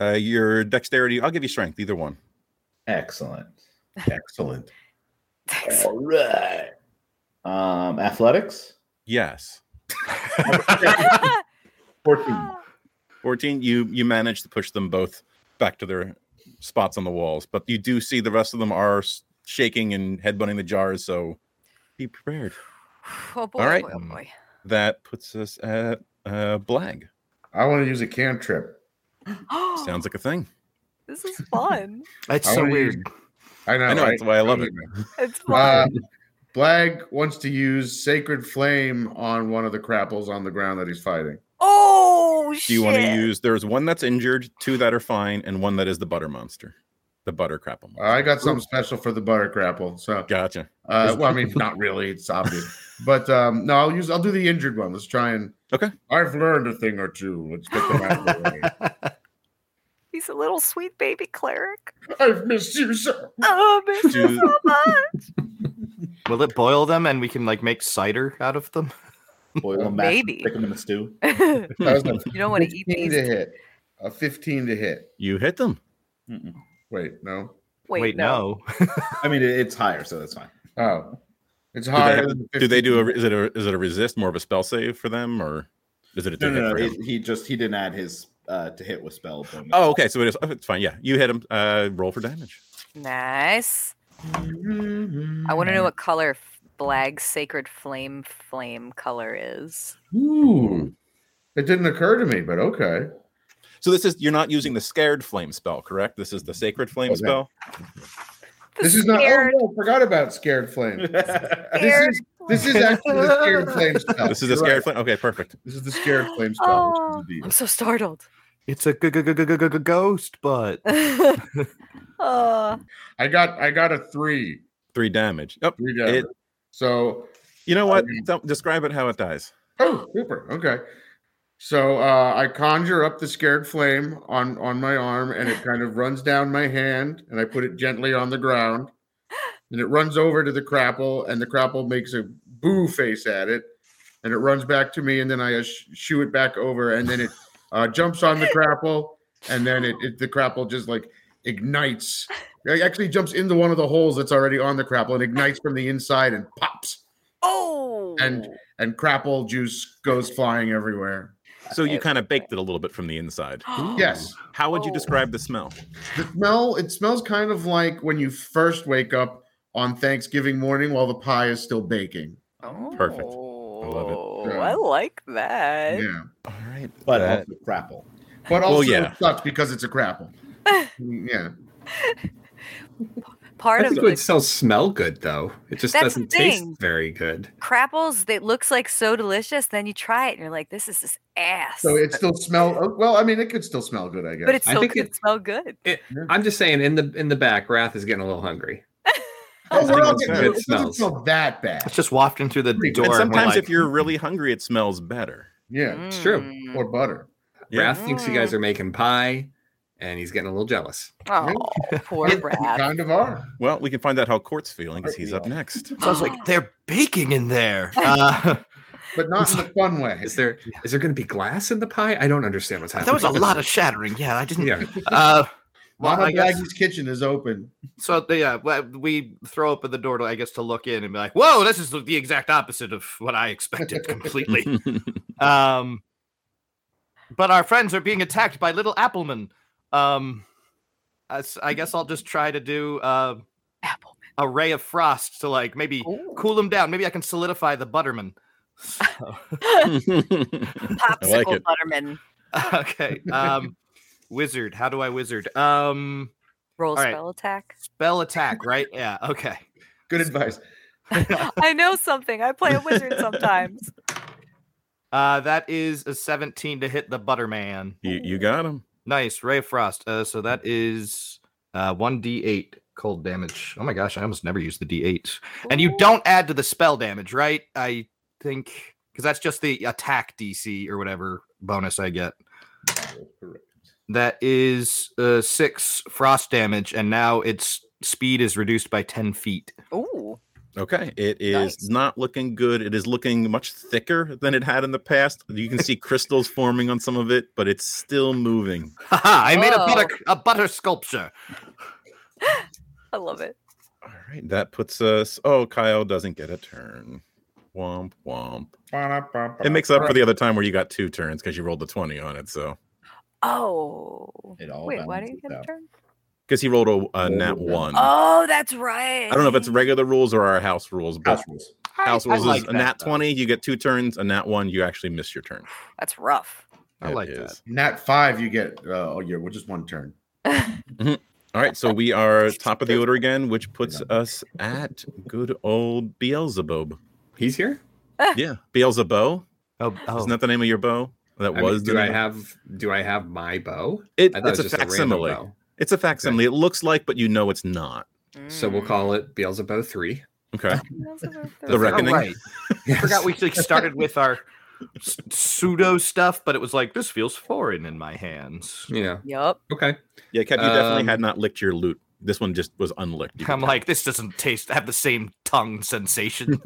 B: uh your dexterity i'll give you strength either one
C: Excellent. Excellent. All right. Um, athletics.
B: yes
C: 14.
F: Ah.
B: 14 you you manage to push them both back to their spots on the walls but you do see the rest of them are s- shaking and headbutting the jars so be prepared
F: Oh boy,
B: right.
F: oh boy, oh boy.
B: that puts us at uh blag
D: I want to use a cantrip.
B: sounds like a thing
F: this is fun.
A: That's
D: I
A: so
D: wanna
A: weird.
D: Use, I know.
B: i know
D: right?
B: that's why i love it
F: It's fun.
D: Uh, Blag wants to use Sacred Flame on one of the crapples on the ground that he's fighting.
F: oh shit.
B: do you want to use there's one that's injured two that are fine and one that is the butter monster the butter crapple
C: Ah.
B: monster.
D: I got something special for the butter crapple. So,
B: gotcha
D: uh, well, I mean, not really. It's obvious, but um, no, I'll use. I'll do the injured one. Let's try and.
B: Okay.
D: I've learned a thing or two. Let's get them out of the way.
F: He's a little sweet baby cleric.
D: I've missed you, sir.
F: Oh, I miss you
B: Do-
F: so much.
A: Will it boil them and we can like make cider out of them?
C: Boil them back,
F: Maybe.
C: stick them in a stew.
F: you
D: That was a
F: don't want to eat
D: 15
F: these.
D: to hit. A 15 to hit.
B: you hit them
C: Mm-mm.
D: Wait, no.
F: Wait, no.
C: I mean, it- it's higher, so that's fine.
D: Oh. It's
B: do they,
D: higher
B: have-
D: than the
B: do they
D: 15.
B: do a is it a is it a resist more of a spell save for them or is it a
C: No,
B: two hit
C: no, no.
B: for him?
C: He, he just he didn't add his uh to hit with spell. bonus.
B: Oh, okay. So it is. oh, It's fine. Yeah, you hit him. Uh, roll for damage.
F: Nice. I want to know what color F- Blag's sacred flame flame color is.
D: Ooh. It didn't occur to me, but okay.
B: So this is you're not using the scared flame spell, correct? This is the sacred flame
D: Okay.
B: spell.
F: The
D: This is not
F: scared-
D: oh no, forgot about scared flame.
F: scared
D: is- This is actually the scared flame spell.
B: This is the
D: Oh, You're
B: scared
D: right.
B: flame. Okay, perfect.
D: This is the scared flame spell,
F: Oh,
D: which is
F: I'm
D: indeed.
F: so startled.
A: It's a g- g- g- g- g- g- ghost, but
F: oh,
D: I got I got a three.
B: Three damage. Oh,
D: Three damage.
B: It-
D: so
B: you know what?
D: Okay.
B: Tell- describe it how it dies.
D: Oh, super. Okay. So uh, I conjure up the scared flame on on my arm, and it kind of runs down my hand, and I put it gently on the ground, and it runs over to the crapple, and the crapple makes a boo face at it, and it runs back to me, and then I sh- shoo it back over, and then it uh, jumps on the crapple, and then it, it the crapple just like ignites. It actually jumps into one of the holes that's already on the crapple and ignites from the inside and pops,
F: oh,
D: And- and crapple juice goes flying everywhere.
B: So you
F: Okay.
B: kind of baked it a little bit from the inside.
D: Yes.
B: How would you
F: Oh.
B: describe the smell?
D: The smell, it smells kind of like when you first wake up on Thanksgiving morning while the pie is still baking.
B: Perfect. I love it.
F: Oh,
D: Yeah.
F: I like that.
D: Yeah.
B: All right,
C: but
B: that-
C: also grapple.
D: But also
B: yeah.
D: it sucks because it's a crapple. yeah.
G: I
F: Part of
G: think it would
F: the
G: still smell good though. It just
F: That's the
G: doesn't taste
F: thing.
G: very good.
F: crapples that looks like so delicious, then you try it and you're like, this is this ass.
D: So it still smells well, I mean it could still smell good, I guess.
F: but it
G: I
F: still
G: think
F: could
G: it-
F: smell good.
G: I'm just saying, in the in the back, Wrath is getting a little hungry.
D: oh,
G: I
D: we're
G: think
D: all
G: it's
D: getting
G: good
D: it. It doesn't
G: smells.
D: smell that bad.
A: it's just wafting through the
D: And
A: door.
B: and
A: we're
B: sometimes
A: like,
B: if you're really hungry, it smells better.
D: Yeah.
G: it's true.
F: Mm.
D: Or butter.
B: Yeah.
G: Wrath thinks you guys are making pie, and he's getting a little jealous.
F: Oh, poor
D: It- we
F: Brad.
D: kind of are.
B: Well, we can find out how Court's feeling because he's up next.
A: so I was like, they're baking in there. Uh,
D: But not in the fun way.
G: Is there is there going to be glass in the pie? I don't understand what's
A: that
G: happening.
A: was a lot of shattering. Yeah, I didn't.
G: yeah.
A: Uh, well,
D: Mama
A: I guess-
D: Maggie's kitchen is open.
A: So they, yeah, well, we throw open the door, to, I guess, to look in and be like, "Whoa, this is the exact opposite of what I expected completely." um, but our friends are being attacked by little Appleman. Um, I, s- I guess I'll just try to do uh,
F: Apple.
A: a ray of frost to like maybe cool them down. Maybe I can solidify the Butterman. So-
F: Popsicle
B: like it.
F: Butterman
A: okay, um, wizard. How do I wizard? Um,
F: roll
A: All right.
F: spell attack.
A: spell attack, right? Yeah. Okay.
D: Good advice.
F: I know something. I play a wizard sometimes.
A: Uh, that is a 17 to hit the Butterman.
B: you, you got him.
A: Nice ray of frost. Uh, so that is uh one d8 cold damage. Oh my gosh, I almost never use the d8. And you don't add to the spell damage, right? I think because that's just the attack DC or whatever bonus I get. That is uh six frost damage, and now its speed is reduced by 10 feet.
F: Ooh.
B: Okay, it is
F: Nice.
B: not looking good. It is looking much thicker than it had in the past. You can see crystals forming on some of it, but it's still moving.
A: Haha, I made a butter
F: Whoa.
A: a butter sculpture.
F: I love it.
B: All right, that puts us. Oh, Kyle doesn't get a turn. Womp womp. It makes up for the other time where you got two turns because you rolled the 20 on it. So
F: Oh.
C: It all
F: Wait, why do you
C: balances
F: get a
C: out.
F: turn?
B: because he rolled a, a
C: Oh,
B: nat
C: yeah.
B: one.
F: Oh, that's right.
B: Hmm. I don't know if it's regular rules or our house rules, but
C: House rules.
B: house rules
A: like
B: is a
A: that,
B: nat
A: though.
B: twenty, you get two turns. A nat one, you actually miss your turn.
F: That's rough.
A: I
B: It
A: like
B: is.
A: that.
D: Nat five, you get uh, oh, your which is one turn.
B: All right, so we are top of the order again, which puts us at good old Beelzebub.
G: He's here.
B: Yeah, Beelzebub.
A: Oh, oh.
B: Isn't that the name of your bow? That
G: I mean,
B: was. the
G: do I
B: name-
G: have do I have my bow?
B: It,
G: I thought
B: it's
G: it
B: a
G: was just random
B: facsimile.
G: bow.
B: it's a facsimile. It looks like, but you know it's not.
G: So
A: Hmm.
G: we'll
F: Mm.
G: call it Beelzebub three.
B: Okay.
F: That's a rough
B: The
F: throw.
A: Oh,
B: Reckoning.
A: right. I forgot we like, started with our s- pseudo stuff, but it was like this feels foreign in my hands.
G: Yeah.
F: Yup.
G: Okay.
B: Yeah, Kev, you definitely
G: Um,
B: had not licked your loot. This one just was unlicked. You could
A: I'm
B: tell.
A: like, this doesn't taste have the same tongue sensation.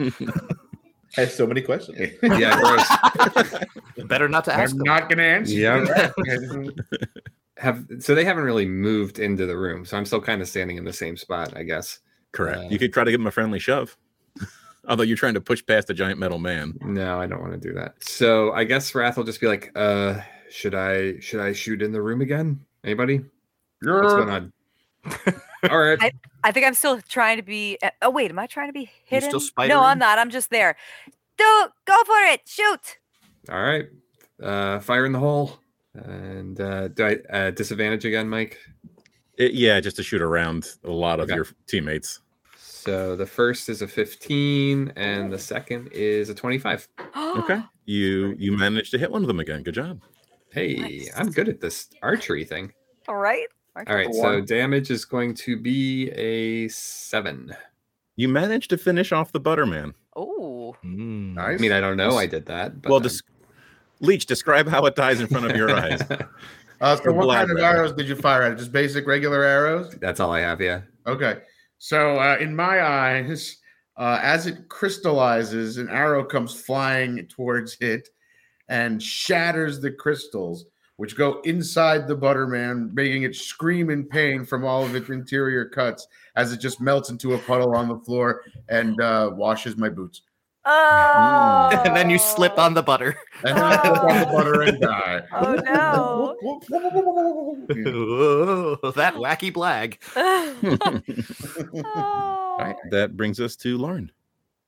C: I have so many questions.
G: Yeah. Gross.
A: Better not to ask
D: I'm
A: them.
D: not gonna answer.
G: yeah.
D: that.
G: Have so they haven't really moved into the room, so I'm still kind of standing in the same spot, I guess.
B: correct.
G: uh,
B: you could try to give him a friendly shove. Although you're trying to push past a giant metal man.
G: No, I don't want to do that. So I guess Wrath will just be like, uh, should I should I shoot in the room again? Anybody? What's going
D: You're
G: on? All right.
F: I think I'm still trying to be. uh, Oh wait, am I trying to be
A: You
F: hidden?
A: still
F: no,
A: spidering?
F: I'm not. I'm just there. Do go for it. Shoot.
G: All right. Uh fire in the hole. And uh do I uh disadvantage again, Mike?
B: It- yeah, just to shoot around a lot of
G: Okay.
B: your teammates.
G: So the first is a 15 and the second is a 25.
B: Okay. You you managed to hit one of them again. Good job.
G: Hey,
F: Nice.
G: I'm good at this archery thing.
F: All right.
G: All right, so
C: One.
G: damage is going to be a seven.
B: You managed to finish off the Butterman.
F: Oh.
A: Mm.
G: I
D: nice.
G: mean, I don't know I did that. But
B: well,
G: I'm-
B: just Leech, describe how it dies in front of your eyes.
D: Uh, so
B: Or
D: what kind
B: blind
D: of
B: rather.
D: arrows did you fire at? it? Just basic regular arrows?
G: That's all I have, yeah.
D: Okay. So uh, in my eyes, uh, as it crystallizes, an arrow comes flying towards it and shatters the crystals, which go inside the butterman, making it scream in pain from all of its interior cuts as it just melts into a puddle on the floor and uh, washes my boots.
F: Oh.
A: and then you slip on the butter.
D: And then I flip on the butter and die.
F: Oh no.
A: Whoa, that wacky blag.
F: Oh.
D: Right.
B: that brings us to Lauren.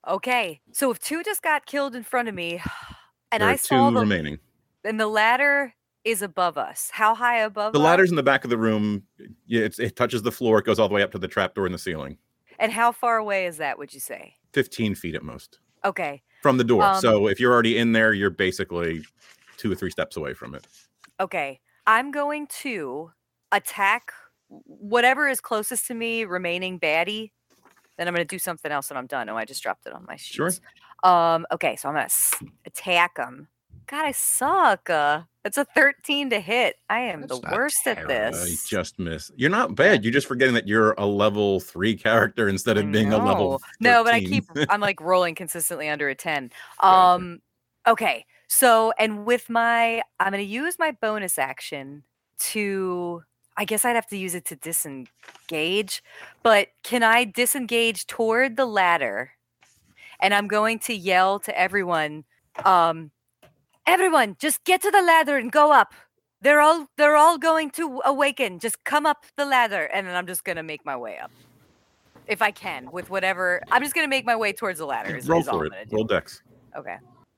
F: Okay. So if two just got killed in front of me, and
B: there
F: I
B: are
F: saw
B: two
F: the
B: remaining.
F: and the ladder is above us. How high above?
B: The
F: us?
B: ladder's in the back of the room. Yeah, it's, it touches the floor. It goes all the way up to the trapdoor in the ceiling.
F: And how far away is that? Would you say?
B: 15 feet at most
F: Okay.
B: from the door.
F: Um,
B: so if you're already in there, you're basically two or three steps away from it.
F: Okay. I'm going to attack whatever is closest to me, remaining baddie. Then I'm going to do something else when I'm done. Oh, I just dropped it on my sheet.
B: Sure.
F: Um. Okay. So I'm going to attack him. God, I suck. Uh, that's a 13 to hit. I am
A: That's
F: the
A: not
F: worst at
A: terrible.
B: Uh, you
F: this.
B: just miss. You're not bad. You're just forgetting that you're a level three character instead of
F: I
B: being a level.
F: know. Mm, No, but I
B: 13.
F: keep I'm like rolling consistently under a 10.
B: Gotcha.
F: Um okay. So and with my I'm going to use my bonus action to I guess I'd have to use it to disengage, but can I disengage toward the ladder? And I'm going to yell to everyone um everyone just get to the ladder and go up. They're all they're all going to awaken. Just come up the ladder and then I'm just going to make my way up if I can, with whatever. I'm just gonna make my way towards the ladder. Is,
B: roll
F: is all
B: for
F: I'm
B: it.
F: gonna do.
B: Roll dex.
F: Okay.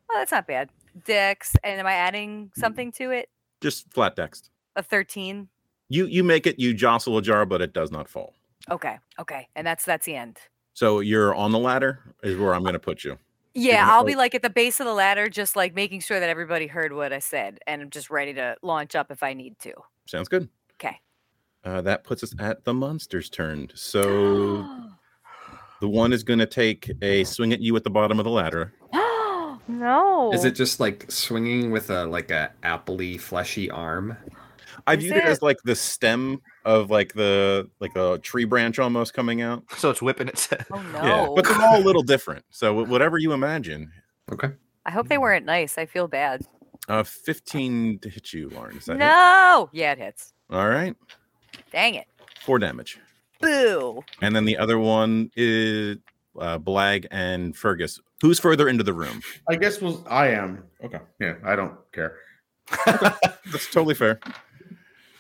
F: Well, that's not bad. Dex, and am I adding
B: Mm-hmm.
F: something to it?
B: Just flat dex.
F: A 13.
B: You you make it. You jostle a jar, but it does not fall.
F: Okay. Okay. And that's that's the end.
B: So you're on the ladder is where I'm
F: Oh.
B: going to put you.
F: Yeah,
B: gonna
F: I'll be like at the base of the ladder, just like making sure that everybody heard what I said, and I'm just ready to launch up if I need to.
B: Sounds good.
F: 'Kay.
B: Uh, that puts us at the monster's turn. So the one is going to take a swing at you at the bottom of the ladder.
F: no.
G: Is it just like swinging with a like a appley fleshy arm?
B: I
F: Is
B: viewed it as
F: it-
B: like the stem of like the like a tree branch almost coming out.
A: So it's whipping its head.
F: Oh no.
B: Yeah, but they're all a
F: Oh.
B: little different. So wh- whatever you imagine,
G: Okay.
F: I hope they weren't nice. I feel bad.
B: uh, 15 to hit you, Lauren. Is that it?
F: No. Yeah, it hits.
B: All right,
F: Dang it.
B: four damage,
F: Boo.
B: and then the other one is uh, Blag and Fergus. Who's further into the room?
D: I guess we'll I am.
C: Okay.
D: Yeah, I don't care.
B: That's totally fair.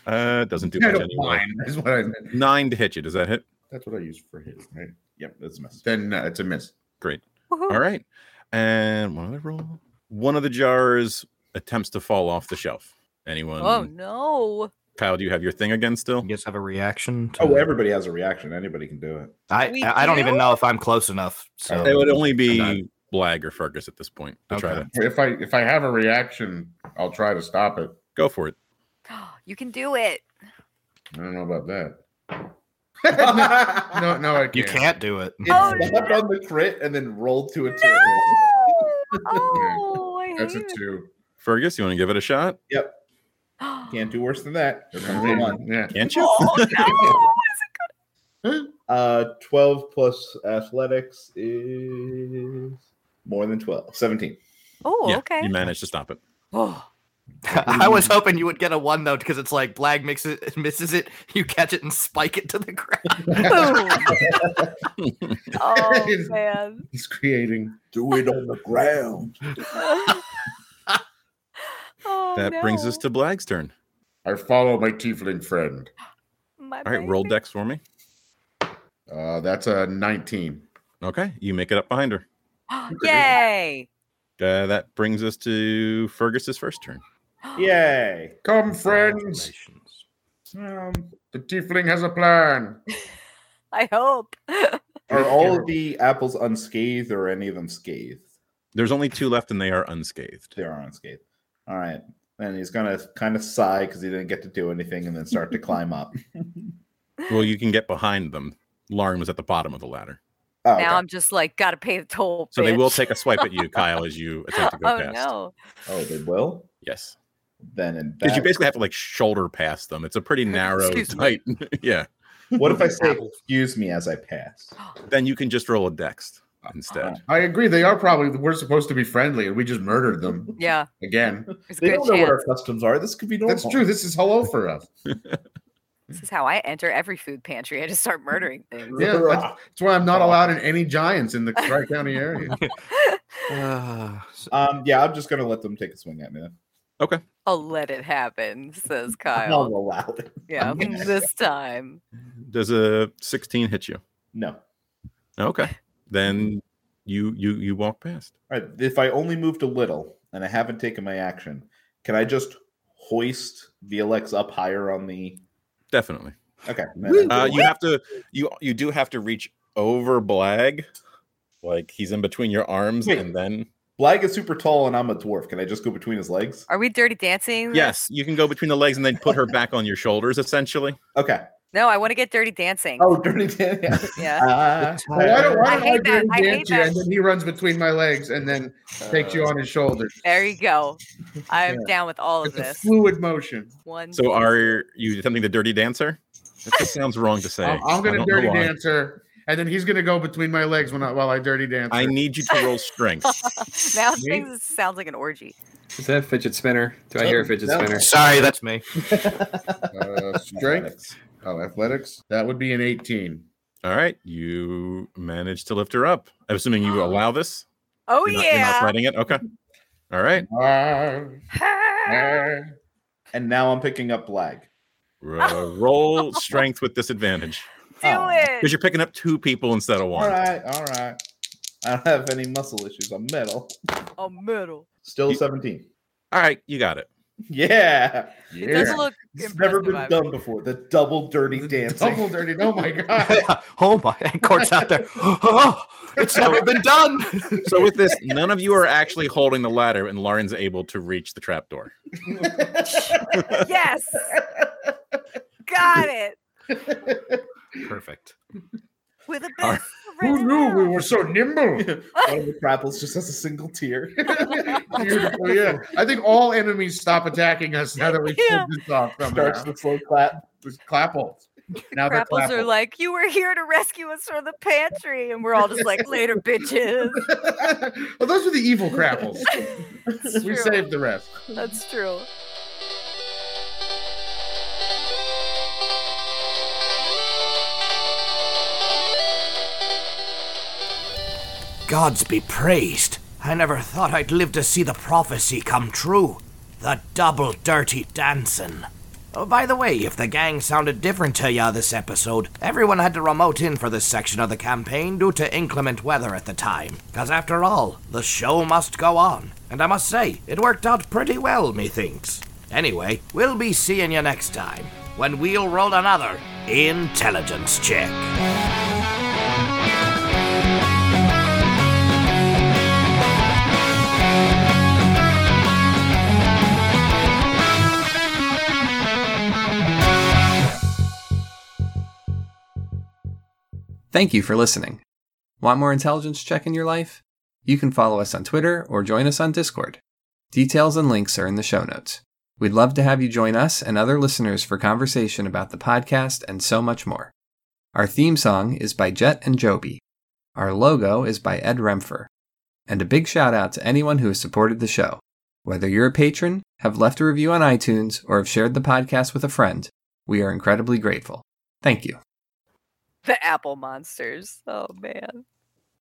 B: Uh, doesn't do
D: I
B: much
D: don't
B: anyway.
D: mind. That's what I meant.
B: Nine to hit you. Does that hit?
D: That's what I use for his. Right?
C: Yep, that's a mess.
D: Then uh, it's a miss.
B: Great.
F: Woohoo.
B: All right. And one other roll. One of the jars attempts to fall off the shelf. Anyone?
F: Oh no!
B: Kyle, do you have your thing again
A: You
B: still?
A: guys have a reaction. To,
C: Oh, everybody has a reaction. Anybody can do it.
A: I
F: We
A: I, I don't
F: do?
A: even know if I'm close enough. So
B: It would only
A: not-
B: be Blag or Fergus at this point to try
A: Okay.
B: to
D: If I if I have a reaction, I'll try to stop it.
B: go for it.
F: You can do it.
D: I don't know about that. no, no, I can't.
A: you can't do it.
C: It
F: Oh,
C: stepped on the crit and then rolled to a two.
F: No! Oh, I hate
D: That's a
F: it.
D: two.
B: Fergus, you want to give it a shot?
C: Can't do worse than that. Here comes the one.
D: Yeah.
B: Can't you?
F: Oh, no!
C: Uh, 12 plus athletics is more than 12. 17.
F: Oh,
B: yeah,
F: okay.
B: You managed to stop it.
F: Oh,
A: I was hoping you would get a one though, because it's like Blag mixes it, misses it, you catch it and spike it to the ground.
F: boom. oh man.
D: He's creating.
C: Do it on the ground.
F: oh,
B: That brings us
F: no.
B: to Blag's turn.
D: I follow my tiefling friend.
F: My
B: All right, roll
F: baby.
B: dex for me.
D: Uh, that's a 19.
B: Okay, you make it up behind her.
F: Yay!
B: Uh, that brings us to Fergus's first turn.
C: Yay.
D: Come, friends. Um, the tiefling has a plan.
F: I hope.
C: Are all of the apples unscathed or any of them scathed?
B: There's only two left, and they are unscathed.
C: They are unscathed. All right. And he's going to kind of sigh because he didn't get to do anything and then start to climb up.
B: Well, you can get behind them. Lauren was at the bottom of the ladder,
C: Oh, okay.
F: Now I'm just like gotta pay the toll.
B: so they will
F: bitch.
B: take a swipe at you, Kyle, as you attempt to go
F: oh
B: past.
F: no!
C: oh, they will?
B: Yes,
C: Then and
B: because you basically have to like shoulder past them. It's a pretty narrow,
A: Excuse
B: tight. yeah.
C: What if I say, excuse me as I pass?
B: Then you can just roll a dex instead.
D: I agree. They are probably, we're supposed to be friendly, and we just murdered them
F: Yeah,
D: again.
F: there's a
C: They
F: good
C: don't know what
F: chance.
C: our customs are. This could be normal.
D: That's true. This is hello for us.
F: This is how I enter every food pantry. I just start murdering things.
D: Yeah, that's, that's why I'm not allowed in any giants in the Tri County area.
A: Uh,
C: Um, yeah, I'm just gonna let them take a swing at me. Then.
F: I'll let it happen, says
C: I'll
F: Kyle.
C: allow it.
F: Yeah,
C: okay.
F: this time.
B: Does a 16 hit you?
C: No. All
B: Okay, then you you you walk past.
C: right. If I only moved a little and I haven't taken my action, can I just hoist VLX up higher on the?
B: Definitely.
C: Okay. then-
B: Uh, you have to you you do have to reach over Blag, like he's in between your arms,
C: Wait.
B: and then
C: Blag is super tall and I'm a dwarf. Can I just go between his legs?
F: Are we dirty dancing? this?
B: yes, you can go between the legs and then put her back on your shoulders, essentially.
C: Okay.
F: No, I want to get dirty dancing.
C: Oh, dirty Dan.
F: Yeah.
C: Ah.
D: Well, why don't, why
F: I
D: don't I,
F: hate that.
D: do
F: I hate
D: dance you,
F: that.
D: and then he runs between my legs and then takes
B: Uh,
D: you on his shoulders.
F: There you go. I'm down with all of
D: It's a
F: this.
D: fluid motion.
F: One.
B: So are you attempting the dirty dancer? That just sounds wrong to say.
D: I'm, I'm
B: I
D: gonna
B: don't know
D: dirty
B: why.
D: dance her, and then he's gonna go between my legs when I, while I dirty dance.
B: I
D: her.
B: need you to roll strength.
F: now
D: Me?
F: things sounds like an orgy.
G: Is that a fidget spinner? Do I hear a fidget
C: No.
G: spinner?
A: sorry, that's me.
D: uh, strength. Oh, athletics. That would be an 18.
B: All right, you managed to lift her up. I'm assuming you allow this.
F: Oh
B: You're not- you're not
F: yeah.
B: fighting it. Okay. All right.
D: Ah,
F: Ah,
D: ah.
C: And now I'm picking up Blag.
B: Uh, roll strength with disadvantage
C: Oh.
F: Do
B: because
F: it.
B: you're picking up two people instead of
C: All
B: one.
C: right. All right. I don't have any muscle issues. I'm metal.
F: A middle.
C: Still
B: You-
C: 17.
B: All right, you got it.
C: Yeah.
F: It doesn't
D: Yeah.
F: look
C: It's never
F: impressive,
C: been
F: I-
C: done before. The double dirty dancing.
D: Double dirty. Oh my god.
A: oh my, and Cort's out there. Oh, it's never been done.
B: So with this, none of you are actually holding the ladder, and Lauren's able to reach the trapdoor.
F: Yes. Got it.
A: Perfect.
F: With a
B: All
F: bit.
D: Uh, Who knew we were so nimble?
C: One of the grapples just has a single tear.
D: Beautiful, yeah. I think all enemies stop attacking us now that we pulled
F: Yeah.
D: this off. somehow.
C: Starts the slow clap.
D: Just Clapple. Now they're
F: Grapples are
D: clapple.
F: like, you were here to rescue us from the pantry. And we're all just like, later, bitches.
D: well, those are the evil crapples.
F: That's
D: we
F: true.
D: saved the rest.
F: That's true.
H: Gods be praised. I never thought I'd live to see the prophecy come true. The double dirty dancing.
A: Oh, by the way, if the gang sounded different to ya this episode, everyone had to remote in for this section of the campaign due to inclement weather at the time. 'Cause after all, the show must go on. And I must say, it worked out pretty well, methinks. Anyway, we'll be seeing you next time when we'll roll another intelligence check.
G: Thank you for listening. Want more intelligence check in your life? You can follow us on Twitter or join us on Discord. Details and links are in the show notes. We'd love to have you join us and other listeners for conversation about the podcast and so much more. Our theme song is by Jet and Joby. Our logo is by Ed Remfer. And a big shout out to anyone who has supported the show. Whether you're a patron, have left a review on iTunes, or have shared the podcast with a friend, we are incredibly grateful. Thank you.
F: The apple monsters. Oh man.